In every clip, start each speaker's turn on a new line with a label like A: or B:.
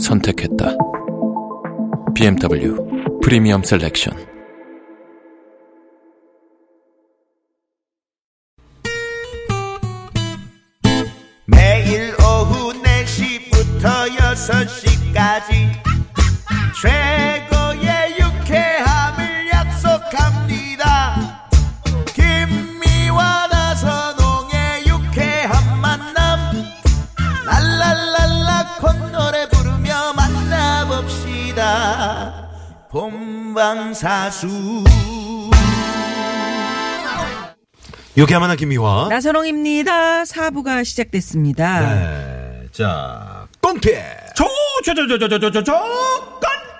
A: 선택했다. BMW 프리미엄 셀렉션.
B: 매일 오후 4시부터 6시까지 최고의 유쾌함을 약속합니다 김미와 나선홍의 유쾌한 만남 랄랄랄라 콧노래 부르며 만나봅시다 본방사수
C: 유쾌한 김미화.
D: 나선홍입니다. 사부가 시작됐습니다.
C: 네. 자, 꽁태.
E: 어,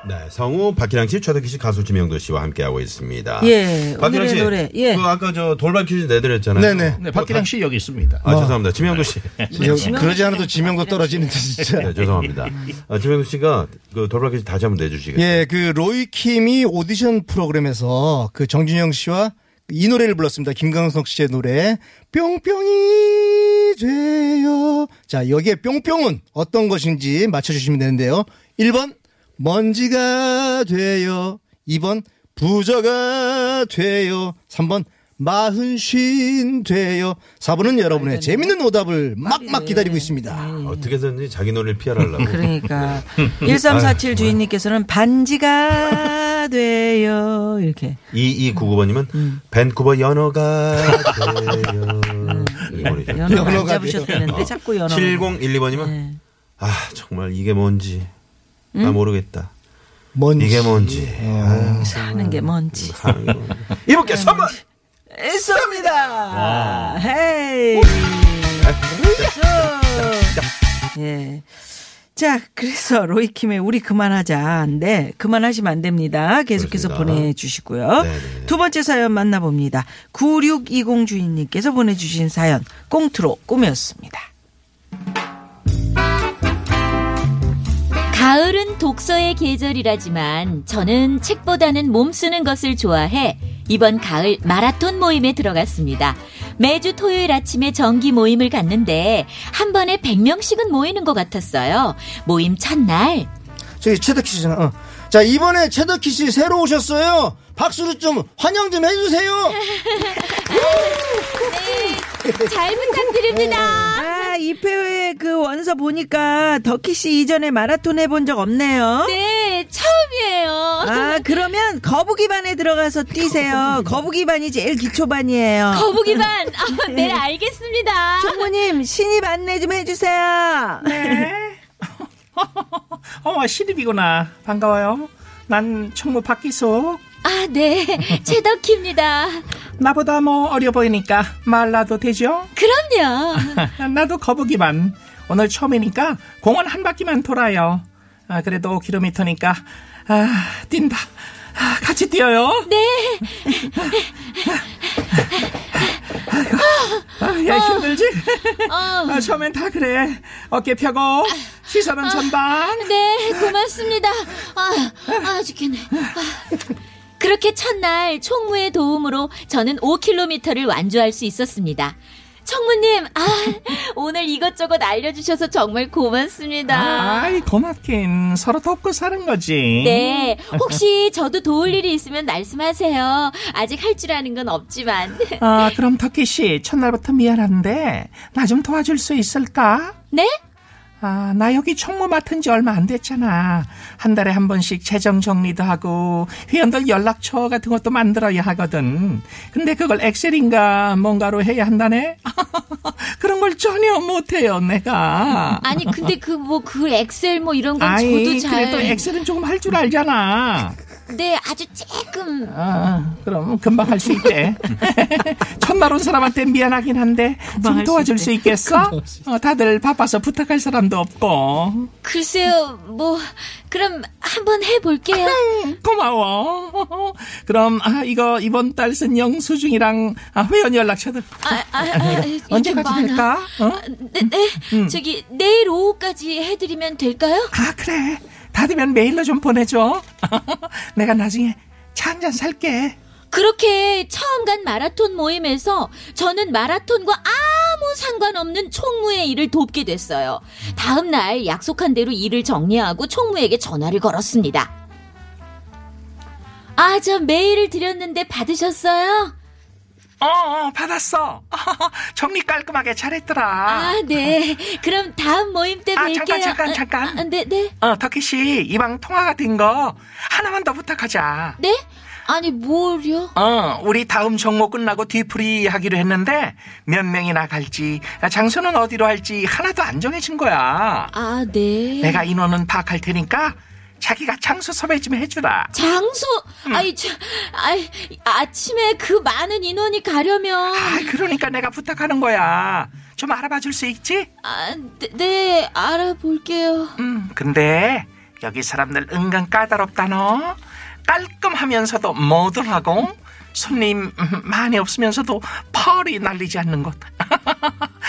C: 네, 성우 박희랑 씨, 최덕기 씨, 가수 지명도 씨와 함께하고 있습니다.
D: 예,
C: 박희랑
D: 오늘의
C: 씨,
D: 노래, 예.
C: 그 아까 저 돌발 퀴즈 내드렸잖아요.
F: 네네.
E: 네, 박기량 씨 여기 있습니다.
C: 아, 죄송합니다. 지명도 씨.
F: 여- 그러지 않아도 지명도 떨어지는데 진짜.
C: 네, 죄송합니다. 아, 지명도 씨가 그 돌발 퀴즈 다시 한번 내주시겠어요?
F: 예, 그 로이 킴이 오디션 프로그램에서 그 정준영 씨와 이 노래를 불렀습니다. 김광석 씨의 노래 뿅뿅이 돼요. 자, 여기에 뿅뿅은 어떤 것인지 맞춰 주시면 되는데요. 1번 먼지가 돼요. 2번 부자가 돼요. 3번 마흔쉰 돼요. 4번은 여러분의 재밌는 오답을 막막 기다리고
D: 예.
F: 있습니다.
C: 어떻게든지 자기 노래를 피하려고. 아,
D: 그러니까 1347 주인님께서는 반지가 돼요. 이렇게.
C: 2299번님은
D: 음.
C: 밴쿠버 연어가 돼요.
D: 음.
C: 이렇게 보내주셨어요.
D: 연어 안
F: 연어가
D: 잡으셨는데 자꾸 연어.
C: 7012번님은
D: 네.
C: 아, 정말 이게 뭔지.
D: 음?
C: 나 모르겠다.
F: 먼지.
C: 이게 뭔지.
D: 예.
C: 아유,
D: 사는 게 뭔지.
C: 음, 사는 게 뭔지. 이분께 선물!
D: 있습니다. 헤이. 수. 예. 자, 그래서 로이킴의 우리 그만하자. 네, 그만하시면 안 됩니다. 계속해서
C: 그렇습니다.
D: 보내주시고요.
C: 네네.
D: 두 번째 사연 만나봅니다. 9620 주인님께서 보내주신 사연, 꽁트로 꾸몄습니다.
G: 가을은 독서의 계절이라지만 저는 책보다는 몸 쓰는 것을 좋아해 이번 가을 마라톤 모임에 들어갔습니다. 매주 토요일 아침에 정기 모임을 갔는데 한 번에 100명씩은 모이는 것 같았어요. 모임 첫날
F: 저기 최덕희 씨잖아. 어. 자 이번에 최덕희 씨 새로 오셨어요. 박수로 좀 환영 좀 해주세요.
G: 잘 부탁드립니다.
D: 아, 이페오의 그 원서 보니까 덕희 씨 이전에 마라톤 해본 적 없네요.
G: 네, 처음이에요.
D: 아, 그러면 거북이반에 들어가서 뛰세요. 거북이반이 제일 기초반이에요.
G: 거북이반, 아, 네, 알겠습니다.
D: 총무님 신입 안내 좀 해주세요.
E: 어, 신입이구나. 반가워요. 난 총무 박기숙.
G: 아, 네, 최덕희입니다.
E: 나보다 뭐 어려 보이니까 말라도 되죠?
G: 그럼요.
E: 나도 거북이만. 오늘 처음이니까 공원 한 바퀴만 돌아요. 아, 그래도 킬로미터니까 아, 뛴다. 아, 같이 뛰어요. 네. 아, 야, 힘들지?
G: 어,
E: 아, 처음엔 다 그래. 어깨 펴고, 시선은 전방.
G: 네, 고맙습니다. 아, 아 죽겠네. 아. 그렇게 첫날 총무의 도움으로 저는 5km를 완주할 수 있었습니다. 총무님, 아, 오늘 이것저것 알려주셔서 정말 고맙습니다.
E: 아이 고맙긴 서로 돕고 사는 거지.
G: 네, 혹시 저도 도울 일이 있으면 말씀하세요. 아직 할 줄 아는 건 없지만.
E: 아 그럼 덕희 씨 첫날부터 미안한데 나 좀 도와줄 수 있을까?
G: 네?
E: 아 나 여기 총무 맡은 지 얼마 안 됐잖아. 한 달에 한 번씩 재정 정리도 하고 회원들 연락처 같은 것도 만들어야 하거든. 근데 그걸 엑셀인가 뭔가로 해야 한다네. 그런 걸 전혀 못해요 내가.
G: 아니, 근데 그 뭐 그 엑셀 뭐 이런 건 저도 잘.
E: 그래도 엑셀은 조금 할 줄 알잖아.
G: 네, 아주 쬐끔.
E: 아, 그럼 금방 할 수 있대. 첫날 온 사람한테 미안하긴 한데 좀
D: 할수
E: 도와줄
D: 있대.
E: 수 있겠어? 어, 다들 바빠서 부탁할 사람도 없고.
G: 글쎄요, 뭐, 그럼 한번 해볼게요.
E: 고마워. 그럼 아, 이거 이번 달 쓴 영수증이랑 아, 회원 연락처들
G: 아, 아, 아, 이게
E: 언제까지
G: 많아.
E: 될까? 어? 음.
G: 아, 네, 네. 저기, 내일 오후까지 해드리면 될까요?
E: 아 그래. 다 되면 메일로 좀 보내줘. 내가 나중에 차 한 잔 살게.
G: 그렇게 처음 간 마라톤 모임에서 저는 마라톤과 아무 상관없는 총무의 일을 돕게 됐어요. 다음 날 약속한 대로 일을 정리하고 총무에게 전화를 걸었습니다. 아, 저 메일을 드렸는데 받으셨어요?
E: 어, 어 받았어. 정리 깔끔하게 잘했더라.
G: 아, 네. 그럼 다음 모임 때
E: 아,
G: 뵐게요.
E: 잠깐, 잠깐,
G: 아,
E: 잠깐.
G: 아, 네, 네.
E: 어, 터키 씨, 이왕 통화가 된 거 하나만 더 부탁하자.
G: 네? 아니, 뭘요?
E: 어, 우리 다음 종목 끝나고 뒤풀이 하기로 했는데 몇 명이나 갈지, 아, 장소는 어디로 할지 하나도 안 정해진 거야.
G: 아, 네.
E: 내가 인원은 파악할 테니까 자기가 장소 섭외 좀 해주라.
G: 아. 장소,
E: 음.
G: 아이, 저, 아이, 아침에 그 많은 인원이 가려면.
E: 아, 그러니까 내가 부탁하는 거야. 좀 알아봐 줄 수 있지?
G: 아, 네, 네, 알아볼게요.
E: 음, 근데 여기 사람들 은근 까다롭다 너. 깔끔하면서도 모던하고 손님 음, 많이 없으면서도 펄이 날리지 않는 곳.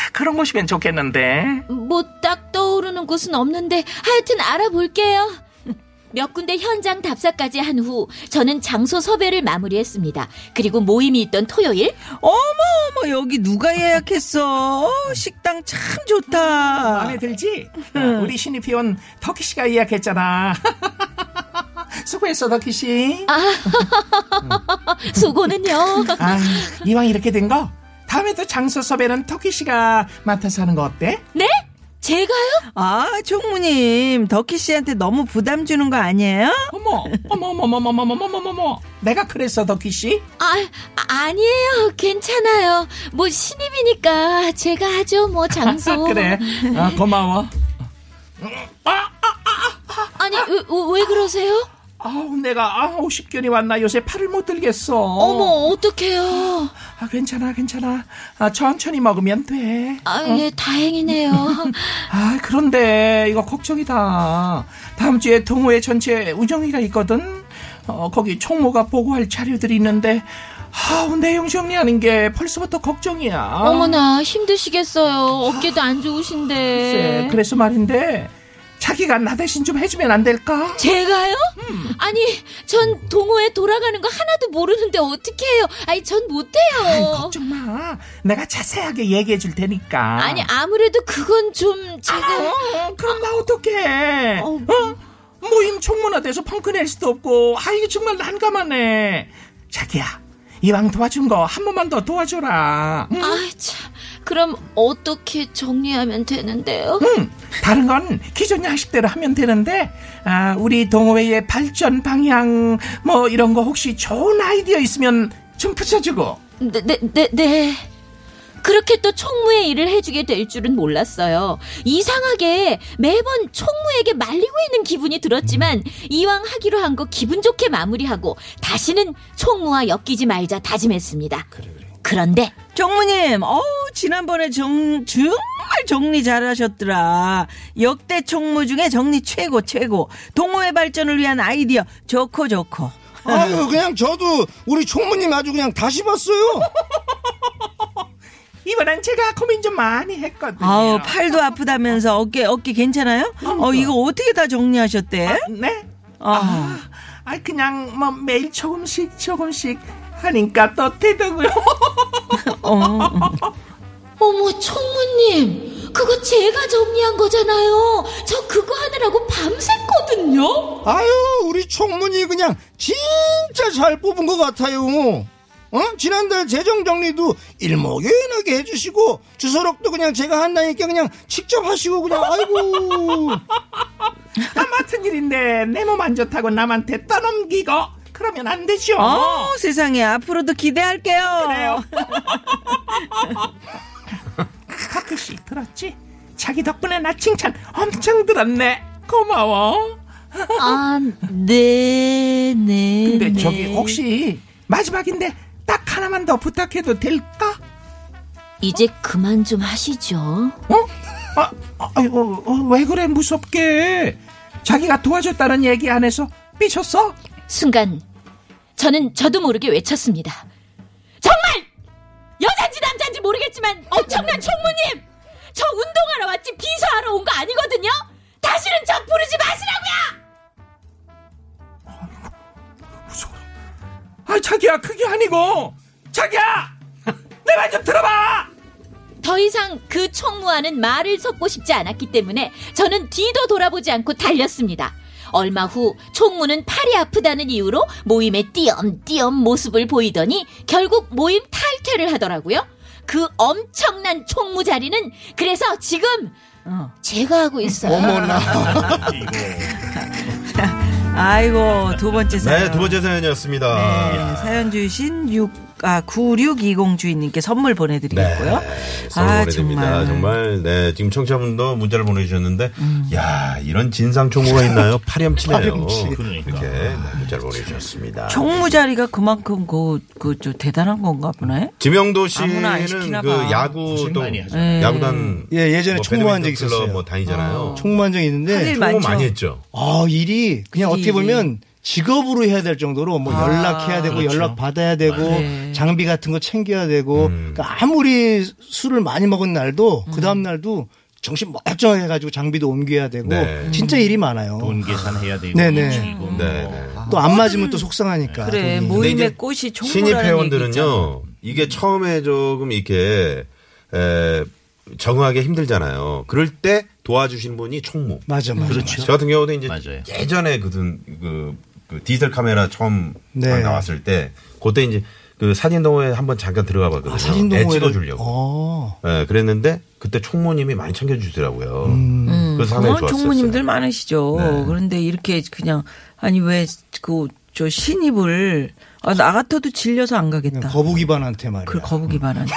E: 그런 곳이면 좋겠는데.
G: 뭐 딱 떠오르는 곳은 없는데 하여튼 알아볼게요. 몇 군데 현장 답사까지 한 후 저는 장소 섭외를 마무리했습니다. 그리고 모임이 있던 토요일
D: 어머 어머 여기 누가 예약했어? 어, 식당 참 좋다.
E: 마음에 들지? 아, 우리 신입 회원 터키 씨가 예약했잖아. 수고했어 터키 씨.
G: 수고는요.
E: 아, 이왕 이렇게 된 거 다음에 또 장소 섭외는 터키 씨가 맡아서 하는 거 어때?
G: 네? 제가요?
D: 아 총무님 덕희 씨한테 너무 부담 주는 거 아니에요?
E: 어머, 어머, 어머, 어머, 어머, 어머, 어머, 어머. 내가 그랬어 터키 씨.
G: 아, 아니에요. 괜찮아요. 뭐 신입이니까 제가 하죠. 뭐 장소.
E: 그래. 아, 고마워.
G: 아니, 왜, 왜 그러세요?
E: 아우 내가 아우 십견이 왔나 요새 팔을 못 들겠어.
G: 어머, 어떡해요.
E: 아 괜찮아 괜찮아. 아 천천히 먹으면 돼.
G: 아, 예, 다행이네요.
E: 아 그런데 이거 걱정이다. 다음 주에 동호회 전체 우정이가 있거든. 어 거기 총무가 보고할 자료들이 있는데 아우 내용 정리하는 게 벌써부터 걱정이야.
G: 어머나, 힘드시겠어요. 어깨도 안 좋으신데.
E: 글쎄, 그래서 말인데 자기가 나 대신 좀 해주면 안
G: 어?
E: 될까?
G: 제가요?
E: 음.
G: 아니, 전 동호회 돌아가는 거 하나도 모르는데 어떻게 해요? 아니, 전
E: 아이,
G: 못해요.
E: 걱정 마. 내가 자세하게 얘기해 줄 테니까.
G: 아니, 아무래도 그건 좀 제가
E: 어, 그럼 나 어떡해.
G: 어.
E: 어? 모임 총무나 돼서 펑크 낼 수도 없고, 아, 이게 정말 난감하네. 자기야, 이왕 도와준 거 한 번만 더 도와줘라. 응?
G: 아, 참. 그럼 어떻게 정리하면 되는데요?
E: 응. 다른 건 기존 양식대로 하면 되는데, 아, 우리 동호회의 발전 방향, 뭐 이런 거 혹시 좋은 아이디어 있으면 좀 붙여주고.
G: 네, 네, 네, 네. 그렇게 또 총무의 일을 해주게 될 줄은 몰랐어요. 이상하게 매번 총무에게 말리고 있는 기분이 들었지만 이왕 하기로 한 거 기분 좋게 마무리하고 다시는 총무와 엮이지 말자 다짐했습니다. 그런데
D: 총무님, 어우, 지난번에 정, 정말 정리 잘하셨더라. 역대 총무 중에 정리 최고, 최고. 동호회 발전을 위한 아이디어, 좋고, 좋고.
F: 아유 그냥 저도 우리 총무님 아주 그냥 다시 봤어요.
E: 이번엔 제가 고민 좀 많이 했거든요.
D: 아우, 팔도 아프다면서 어깨, 어깨 괜찮아요? 어, 이거 어떻게 다 정리하셨대?
E: 네?
D: 아.
E: 아, 그냥 뭐 매일 조금씩 조금씩 하니까 또 되더고요. 아,
G: 어머 총무님 그거 제가 정리한 거잖아요. 저 그거 하느라고 밤샜거든요.
F: 아유 우리 총무님 그냥 진짜 잘 뽑은 것 같아요. 어? 지난달 재정 정리도 일목요연하게 해주시고 주소록도 그냥 제가 한다니까 그냥 직접 하시고 그냥 아이고
E: 다 맡은 일인데 내 몸 안 좋다고 남한테 떠넘기고 그러면 안 되죠.
D: 어, 세상에, 앞으로도 기대할게요.
E: 그래요. 하크 씨 들었지? 자기 덕분에 나 칭찬 엄청 들었네. 고마워.
G: 아, 네, 네.
E: 근데
G: 네.
D: 음.
E: 저기 혹시 마지막인데 딱 하나만 더 부탁해도 될까?
G: 이제 그만 좀 하시죠.
E: 아, 아, 아이고, 어, 왜 그래 무섭게? 자기가 도와줬다는 얘기 안 해서 삐쳤어?
G: 순간 저는 저도 모르게 외쳤습니다. 정말 여잔지 남잔지 모르겠지만 엄청난 총무님 저 운동하러 왔지 비서하러 온 거 아니거든요. 다시는 저 부르지 마시라고요.
E: 아, 자기야 그게 아니고 자기야 내 말 좀 들어봐.
G: 더 이상 그 총무와는 말을 섞고 싶지 않았기 때문에 저는 뒤도 돌아보지 않고 달렸습니다. 얼마 후 총무는 팔이 아프다는 이유로 모임에 띄엄띄엄 모습을 보이더니 결국 모임 탈퇴를 하더라고요. 그 엄청난 총무 자리는 그래서 지금
D: 어.
G: 제가 하고 있어요.
D: 아이고 두 번째 사연.
C: 네, 두 번째 사연이었습니다.
D: 네, 사연 주신 6, 아, 9620 주인님께 선물 보내드리겠고요.
C: 아, 정말. 정말, 네. 지금 청취자분도 문자를 보내주셨는데, 야 이런 진상총무가 있나요? 파렴치네요.
F: 파렴치.
C: 이렇게 네, 문자를 보내주셨습니다.
D: 총무 자리가 그만큼 그, 그, 좀 대단한 건가 보네.
C: 지명도
D: 아무나 안
C: 씨는
D: 시키나
C: 그
D: 봐.
C: 야구 또 야구단 뭐
F: 예, 예전에 총무한
C: 배드민턴
F: 적
C: 클럽
F: 있었어요.
C: 뭐 다니잖아요. 총
F: 총무한 적이
D: 할
F: 있는데
D: 일
C: 네, 총무
D: 많죠.
C: 많이 했죠.
F: 아 일이 그냥 어떻게 보면 직업으로 해야 될 정도로 뭐 연락해야 되고 연락 받아야 되고 장비 같은 거 챙겨야 되고
H: 음.
F: 그러니까 아무리 술을 많이 먹은 날도 그 다음 날도 정신 멀쩡하게 해가지고 장비도 옮겨야 되고
C: 네.
F: 진짜 일이 많아요.
H: 돈 계산해야 되고.
F: 네네.
C: 네, 네.
F: 또 안 맞으면 또 속상하니까.
C: 근데
D: 그래, 뭐. 네,
F: 돈이.
D: 모임의
C: 이제
D: 꽃이 총무라는
C: 신입
D: 얘기죠.
C: 회원들은요 이게 처음에 조금 이렇게 에, 적응하기 힘들잖아요. 그럴 때 도와주신 분이 총무.
F: 맞아 맞아.
H: 그렇죠.
C: 저 같은 경우도 이제
H: 맞아요.
C: 예전에 그든 그, 그 디지털 카메라 처음
F: 네.
C: 나왔을 때 그때 이제 그 사진 동호회 한번 잠깐 들어가 봤거든요.
F: 아, 사진
C: 애
F: 동호회
C: 찍어 주려고.
F: 어.
C: 예, 그랬는데 그때 총무님이 많이 챙겨 주더라고요.
D: 음,
C: 그래서 상당히
D: 그런
C: 좋았었어요.
D: 총무님들 많으시죠.
C: 네.
D: 그런데 이렇게 그냥, 아니, 왜, 그, 저 신입을, 아, 나 같아도 질려서 안 가겠다.
F: 네, 거북이반한테 말이야.
D: 그
C: 음.
D: 거북이 말한테.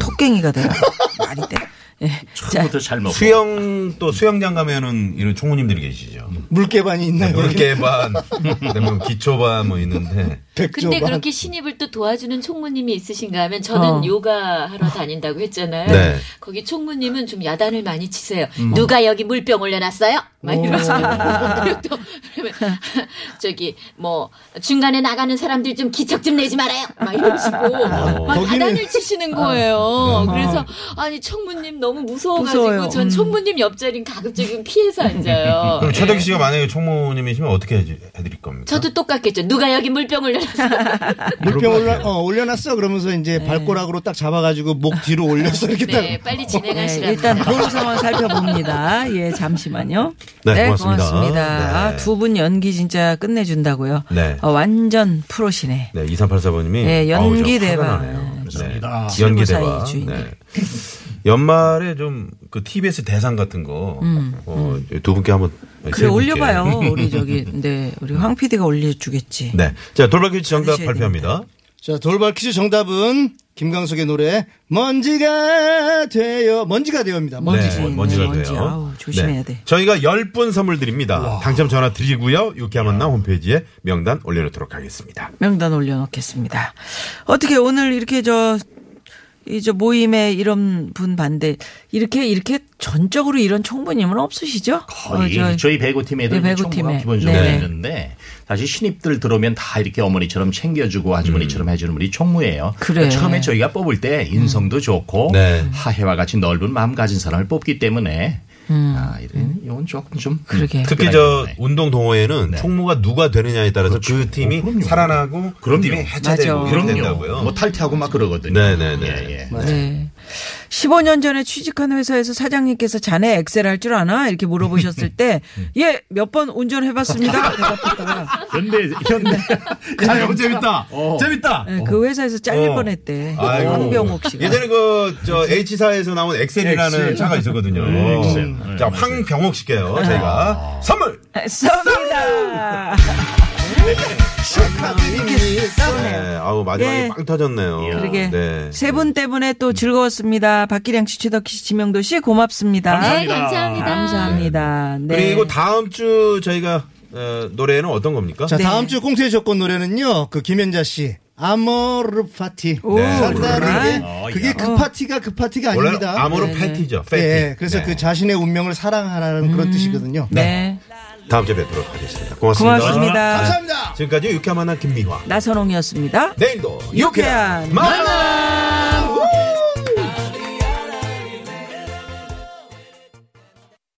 D: 톡갱이가 되라. 말이 돼. 예. 자,
H: 처음부터 잘 먹고.
C: 수영 또 수영장 가면은 이런 총무님들이 계시죠.
F: 물개반이
H: 네,
F: 있나요?
C: 물개반, 그다음에 기초반 뭐 있는데
F: 백조반.
G: 근데 그렇게 신입을 또 도와주는 총무님이 있으신가 하면 저는
D: 어.
G: 요가 하러 다닌다고 했잖아요.
C: 네.
G: 거기 총무님은 좀 야단을 많이 치세요. 누가 여기 물병 올려놨어요? 막 이러시고 그리고 또 그러면 저기 뭐 중간에 나가는 사람들 좀 기척 좀 내지 말아요. 막 이러시고 막
F: 거기는-
G: 야단을 치시는 거예요. 그래서 아니 총무님 너무 무서워가지고
D: 무서워요.
G: 전 총무님 옆자리는 가급적이면 피해서 앉아요.
C: 그럼 최덕희 씨가 만약에 총무님이시면 어떻게 해주- 해드릴 겁니까?
G: 네. 저도 똑같겠죠. 누가 여기 물병 올려놨어요?
F: 물병 올려, 어, 올려놨어. 그러면서 이제 발가락으로 딱 잡아가지고 목 뒤로 올려서 이렇게 딱.
G: 네, 빨리
D: 예,
G: 진행하시라.
D: 일단 도로 상황 살펴봅니다. 예, 잠시만요.
C: 네, 고맙습니다. 네.
D: 두 분 연기 진짜 끝내준다고요.
C: 네.
D: 아, 완전 프로시네.
C: 네, 2384번님이
D: 네, 연기 대박.
H: 그렇습니다.
C: 네, 연기
D: 최고
C: 대박.
D: 사이 주인공.
C: 네. 연말에 좀 그 TBS 대상 같은 거, 어, 두 분께 한번. 세
D: 음, 그래,
C: 분께.
D: 올려봐요. 우리 저기, 네, 우리 황 PD가 올려주겠지.
C: 네. 자, 돌발 퀴즈 정답
D: 받으셔야
C: 발표합니다.
F: 자, 돌발 퀴즈 정답은 김광석의 노래 먼지가 돼요. 먼지가 돼요입니다. 먼지.
C: 네,
D: 있네,
C: 먼지가 돼요. 네.
D: 먼지. 아우, 조심해야 돼.
C: 저희가 10분 선물 드립니다. 당첨 전화 드리고요. 유쾌한 만남 홈페이지에 명단 올려놓도록 하겠습니다.
D: 명단 올려놓겠습니다. 어떻게 오늘 이렇게 저, 이 저 모임에 이런 분 반대, 이렇게, 이렇게 전적으로 이런 총무님은 없으시죠?
H: 거의
D: 어, 저-
C: 그렇죠.
H: 저희 배구팀에도
D: 네, 배구
H: 총무가
D: 팀에.
H: 기본적으로
D: 네.
H: 있는데 사실 신입들 들어오면 다 이렇게 어머니처럼 챙겨주고 아주머니처럼 해주는 분이 총무예요.
D: 음.
H: 그러니까
D: 그래.
H: 처음에 저희가 뽑을 때 인성도 좋고
C: 네.
H: 하해와 같이 넓은 마음 가진 사람을 뽑기 때문에 아, 이런 이건 조금 좀
D: 음. 그러게.
H: 네.
C: 특히 저 운동 동호회는 총무가 누가 되느냐에 따라서 그
H: 그렇죠.
C: 팀이
H: 어, 그럼요.
C: 살아나고 그
H: 그럼요.
C: 팀이 해체되고
D: 맞아.
C: 이렇게
H: 그럼요.
C: 된다고요.
H: 뭐 탈퇴하고 막 그러거든요.
C: 네네네.
H: 예, 예.
D: 네. 15년 전에 취직한 회사에서 사장님께서 자네 엑셀 할 줄 아나? 이렇게 물어보셨을 때,
C: 음.
D: 예, 몇 번 운전해봤습니다. 대답했다가,
H: 현대 현대
C: 야, 이거 재밌다. 재밌다.
D: 네, 그 회사에서 잘릴
C: 어.
D: 뻔했대.
C: 아이고.
D: 황병옥 씨가.
C: 예전에 그 저 H사에서 나온 엑셀이라는
H: 엑셀.
C: 차가 있었거든요.
H: 네, 엑셀. 네,
C: 자,
H: 맞아요.
C: 황병옥 씨께요. 저희가 선물. 아,
D: 쏩니다. 이렇게
C: 네,
D: 쏘네요.
C: 아우 마지막에
D: 예.
C: 빵 터졌네요.
D: 그러게
C: 네.
D: 세 분 때문에 또 즐거웠습니다. 박기량 씨, 최덕희 씨, 지명도 씨 고맙습니다.
H: 감사합니다.
G: 감사합니다.
D: 감사합니다. 네.
C: 그리고 다음 주 저희가 어, 노래는 어떤 겁니까?
F: 자,
D: 네.
F: 다음 주 꽁트의 조건 노래는요. 그 김연자 씨. 아모르 파티.
D: 오,
C: 네.
F: 간단하게
H: 어,
F: 그게
H: 야.
F: 그 파티가 그 파티가
C: 원래
F: 아닙니다.
C: 아모르
D: 네네.
C: 패티죠. 패티.
F: 예, 그래서
C: 네.
F: 그 자신의 운명을 사랑하라는 그런 뜻이거든요.
D: 네.
C: 다음 주에 뵙도록 하겠습니다. 고맙습니다.
D: 고맙습니다.
F: 감사합니다.
C: 지금까지 유쾌한 만남 김미화.
D: 나선홍이었습니다.
C: 내일도
D: 유쾌한
C: 유쾌한 만남!